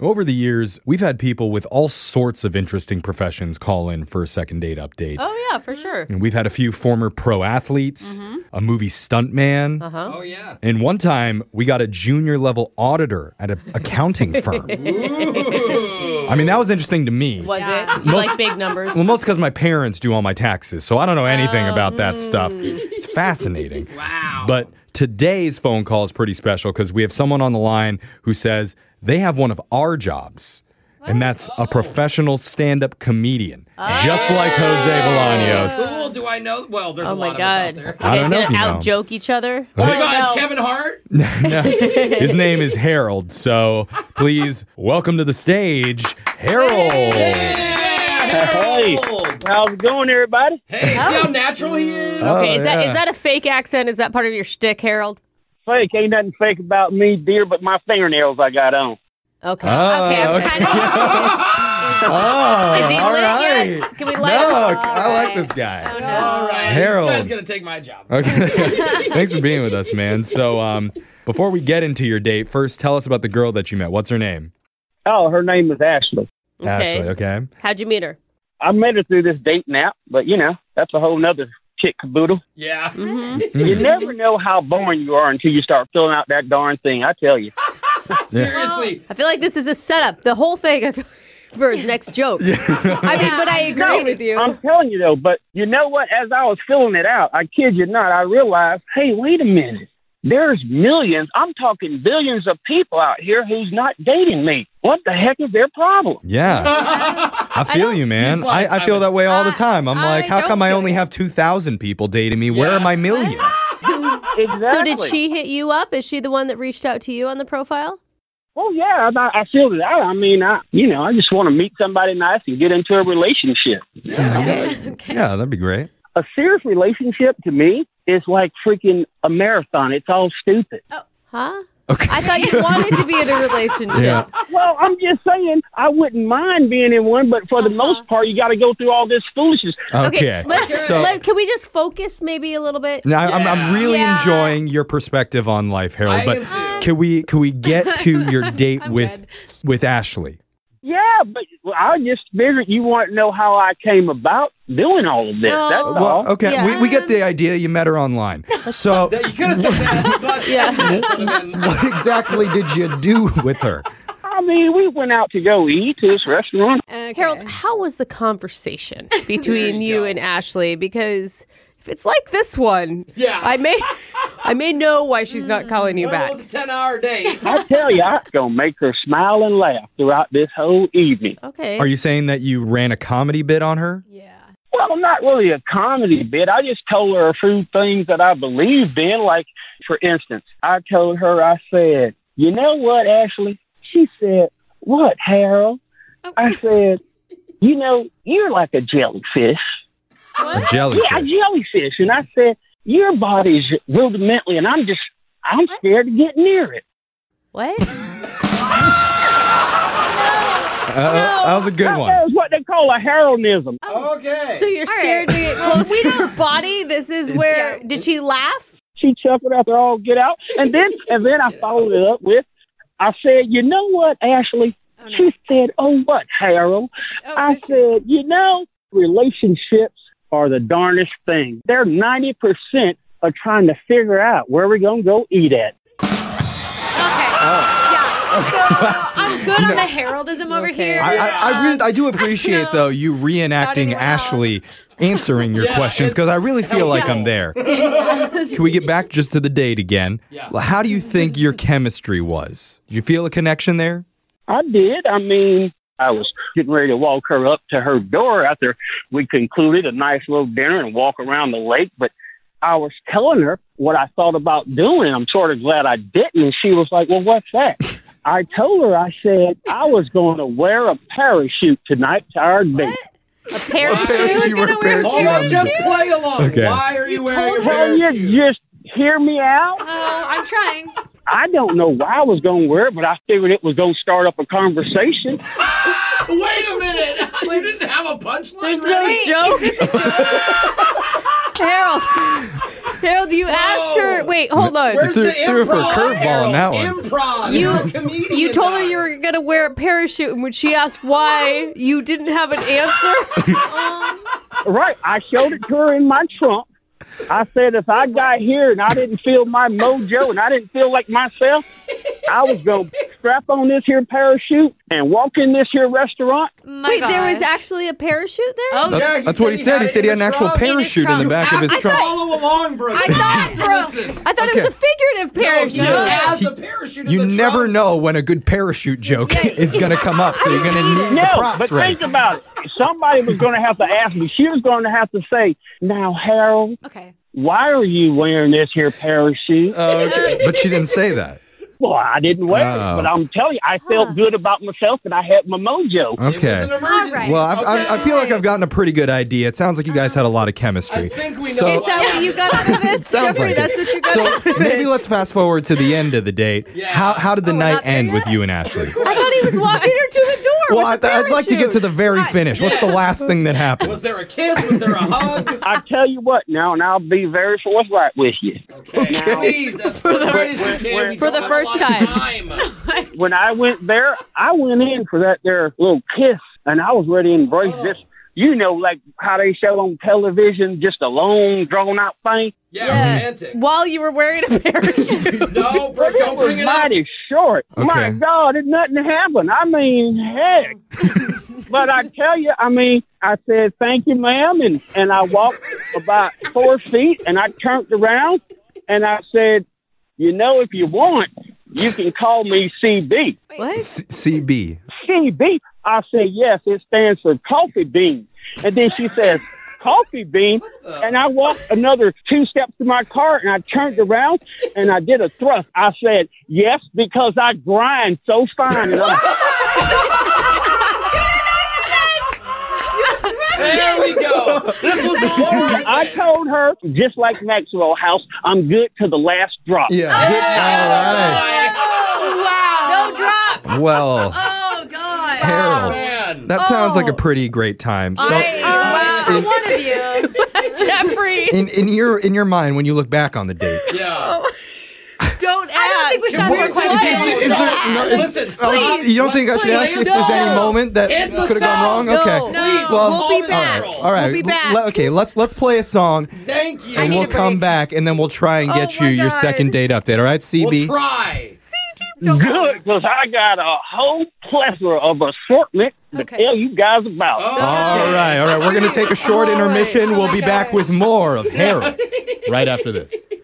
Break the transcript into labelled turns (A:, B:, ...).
A: Over the years, we've had people with all sorts of interesting professions call in for a second date update.
B: Oh, yeah,
C: Mm-hmm.
B: for sure.
A: And we've had a few former pro athletes, a movie stuntman.
B: Mm-hmm. Uh-huh.
D: Oh yeah.
A: And one time, we got a junior level auditor at an accounting firm. I mean, that was interesting to me.
B: Was it? You like big numbers?
A: Well, most because my parents do all my taxes, so I don't know anything about
B: Oh,
A: that stuff.
B: mm.
A: It's fascinating.
D: Wow.
A: But today's phone call is pretty special because we have someone on the line who says they have one of our jobs, and that's a professional stand up comedian,
B: Oh.
A: just like Jose Bolaños.
D: well, do I know? Well, there's
B: Oh
D: a
B: my
D: lot of
B: god!
D: us out there.
A: I don't
B: it's
A: know if
B: gonna
A: you know.
B: out joke each other.
D: Oh my god, it's Kevin Hart.
A: His name is Harold, so please welcome to the stage, Harold.
D: Hey, Harold.
C: How's it going, everybody?
D: Hey, see how natural he is?
B: Okay, is that
A: Oh, yeah.
B: is that a fake accent? Is that part of your shtick, Harold?
C: Fake ain't nothing fake about me, dear, but my fingernails I got on.
B: Okay.
A: Oh,
B: okay. I'm
A: okay.
B: kind of-
A: Oh,
B: is he
A: all
B: lit
A: right.
B: yet? Can we
A: No,
B: let him?
A: I like this guy.
D: All right.
A: Harold.
D: This guy's gonna take my job.
A: Okay. Thanks for being with us, man. So, um, before we get into your date, first tell us about the girl that you met. What's her name?
C: Oh, her name is Ashley.
B: Okay.
A: Ashley. Okay.
B: How'd you meet her?
C: I met her through this dating app, but you know, that's a whole nother chick caboodle.
D: Yeah.
B: Mm.
C: You never know how boring you are until you start filling out that darn thing, I tell you.
D: Seriously.
B: I feel like this is a setup. The whole thing I feel- for his next joke. I mean, but I agree with you.
C: I'm telling you though, but you know what? As I was filling it out, I kid you not, I realized, hey, wait a minute. There's millions, I'm talking billions of people out here who's not dating me. What the heck is their problem?
A: Yeah. I feel you, man.
D: He's like,
A: I, I feel
D: I'm-
A: that way all the
E: I-
A: time. I'm
E: I
A: like, how
E: don't
A: come I
E: feel
A: only
E: it.
A: have 2,000 people dating me? Where
D: Yeah.
A: are my millions?
B: So
C: Exactly.
B: did she hit you up? Is she the one that reached out to you on the profile?
C: Well, Oh, yeah, I, I feel that. I, I mean, I you know, I just want to meet somebody nice and get into a relationship.
A: Yeah, that'd be great.
C: A serious relationship to me is like freaking a marathon. It's all stupid.
B: Huh?
A: Okay.
B: I thought you wanted to be in a relationship.
A: Yeah.
C: Well, I'm just saying, I wouldn't mind being in one, but for the most part, you got to go through all this foolishness.
A: Uh. Okay.
B: Let's,
A: so,
B: let, can we just focus maybe a little bit?
A: now, I'm, I'm
D: Yeah.
A: really
E: Yeah.
A: enjoying your perspective on life, Harold.
D: I
A: But
D: am too.
A: can we can we get to your date with with Ashley?
C: Yeah, but I just figured you want to know how I came about doing all of this.
E: No.
C: That's all.
A: Well, okay,
B: Yeah.
A: we, we get the idea. You met her online. So,
D: That- You could have said that. But
B: Yeah.
D: That would've been-
A: what exactly did you do with her?
C: I mean, we went out to go eat to this restaurant.
E: Okay.
B: Harold, how was the conversation between you,
D: go.
B: and Ashley? Because if it's like this one,
D: Yeah.
B: I may, I may know why she's not calling
E: Mm.
B: you
D: Well,
B: back.
D: it was a 10 hour day.
C: I tell you, I'm going to make her smile and laugh throughout this whole evening.
B: Okay.
A: Are you saying that you ran a comedy bit on her?
E: Yeah.
C: Well, not really a comedy bit. I just told her a few things that I believed in. Like, for instance, I told her, I said, You know what, Ashley? She said, What, Harold? I said, You know, you're like a jellyfish.
A: A
C: Yeah, a
A: jellyfish.
C: jellyfish. And I said, Your body's rudimentary, and I'm just, I'm scared to get near it.
B: what?
A: Uh, that was a good
C: That
A: one.
C: was what they call a Haroldism.
D: Okay.
B: Um, So you're scared to get close to your body? This is where did she laugh?
C: she chuckled after all get out. And then and then I followed it up with I said, You know what, Ashley? She said, Oh what, Harold?
E: Oh,
C: I
E: did you?
C: said, You know, relationships are the darnest thing. They're ninety percent of trying to figure out where we're gonna go eat at.
E: Okay. Yeah. So I'm good on the heraldism over
B: Okay.
E: here.
A: I, I, I, really, I do appreciate,
E: No.
A: though, you reenacting
E: anyone
A: Ashley answering your
D: Yeah,
A: questions because I really feel like I'm there. Can we get back just to the date again?
D: Yeah.
A: How do you think your chemistry was? Did you feel a connection there?
C: I did. I mean, I was getting ready to walk her up to her door after we concluded a nice little dinner and walk around the lake. But I was telling her what I thought about doing. I'm sort of glad I didn't. And she was like, Well, what's that? I told her, I said, I was going to wear a parachute tonight to our date.
B: A parachute?
E: parachute.
A: You were
E: gonna wear
A: parachute-
D: Hold
B: Oh
D: on, just play along.
A: Okay.
D: Why are you, wearing a
E: told
C: Can
D: parachute?
C: you just hear me out?
E: Oh, I'm trying.
C: I don't know why I was going to wear it, but I figured it was going to start up a conversation.
D: Wait a minute. You didn't have a punchline.
B: There's
D: ready?
B: no joke. Harold, Harold, you asked her. Wait, hold on.
D: Where's
A: Threw-
D: the
A: threw her for a
D: improv?
A: curveball on that one.
D: Harold, Improv.
B: You-
D: You're a comedian
B: You told her
D: now.
B: you were gonna wear a parachute, and when she asked why, you didn't have an
E: Oh
B: answer.
C: Right. I showed it to her in my trunk. I said, if I got here and I didn't feel my mojo and I didn't feel like myself, I was going to strap on this here parachute and walk in this here restaurant.
E: Oh My
B: Wait, there was
E: gosh.
B: actually a parachute there.
E: Oh,
A: That's,
D: Yeah, he
A: that's
D: said
A: what he
D: he
A: said.
D: had
A: He
D: it
A: said
D: in
A: he had an
D: his
A: actual
D: trunk.
A: parachute in the
E: trunk.
A: back of his
B: I
A: trunk.
D: Follow along, bro.
B: I thought,
D: Listen.
B: I thought it was a figurative parachute.
D: You has a parachute in
A: You
D: the
A: never
D: trunk.
A: know when a good parachute joke is going to come up, so you're going to need the
C: No, but
A: props ready.
C: think about it. Somebody was going to have to ask me. She was going to have to say, now, Harold,
E: okay.
C: why are you wearing this here parachute?
A: Uh, Okay. But she didn't say that.
C: well, I didn't wear
A: Oh.
C: it, but I'm telling you, I felt good about myself and I had my mojo.
A: Okay.
D: It was an emergency.
E: right.
A: Well, I've,
D: okay?
A: I, I feel like I've gotten a pretty good idea. It sounds like you guys had a lot of chemistry.
D: I think we know
A: So-
B: Is that what you got out of this,
A: Sounds
B: Jeffrey?
A: like it.
B: that's what you got. out
A: so
B: of
A: maybe let's fast forward to the end of the date.
D: Yeah.
A: How, how did the
E: Oh, we're
A: night
E: not there
A: end with
E: yet?
A: you and Ashley?
B: I thought he was walking her to a door.
A: Well,
B: with
A: I,
B: a
A: I'd like to get
B: parachute.
A: to the very finish. What's the last thing that happened?
D: Was there a kiss? Was there a hug?
C: I tell you what now, and I'll be very forthright with you.
D: Okay. Please, as for the,
B: For the first time.
C: When I went there, I went in for that there little kiss, and I was ready to embrace this. You know, like how they show on television, just a long, drawn out thing.
D: Yeah,
B: Yeah.
D: romantic.
B: While you were wearing a parachute.
D: No, bro,
C: But it
D: don't
C: was
D: bring it up.
C: mighty short. My
A: Okay.
C: God, it nothing happened. I mean, heck. but I tell you, I mean, I said thank you, ma'am, and and I walked about four feet, and I turned around, and I said, you know, if you want, you can call me CB.
B: what?
A: C- CB.
C: CB. I said, yes, it stands for coffee bean. And then she says, coffee bean. And I walked another two steps to my car and I turned around and I did a thrust. I said, yes, because I grind so fine. And I'm-
D: There we go. This was all right.
C: I told her, just like Maxwell House, I'm good to the last drop.
A: Yeah.
B: No drops.
A: All right. Well,
E: Oh God.
A: Harold,
D: Man.
A: that sounds like a pretty great time. So.
B: Uh,
E: Wow. For one of you.
B: Jeffrey,
A: in, in your in your mind, when you look back on the date,
D: yeah.
E: Don't ask. I don't think we should
A: What-
E: ask more
A: is there-
E: questions.
A: is there- no, is-
D: Listen,
A: Oh,
D: stop.
A: you don't think I should
D: Please,
A: ask if there's
D: no.
A: any moment that
D: Hit the
A: could have gone wrong?
B: No.
A: Okay.
B: No.
D: Please,
A: Well,
D: it's
B: we'll be
D: all
B: back.
D: natural.
A: All right.
B: We'll be back.
A: Le- okay, let's let's play a song
D: Thank you.
A: and we'll
E: a
A: come
E: break.
A: back and then we'll try and get
E: Oh
A: you
E: my
A: your
E: God.
A: second date update. All right,
D: we'll
A: CB.
D: try.
C: Good, because I got a whole plethora of assortment to
E: Okay.
C: tell you guys about.
D: Oh,
A: all right. All right. We're going to take a short
E: All right.
A: intermission. We'll be back with more of Harold right after this.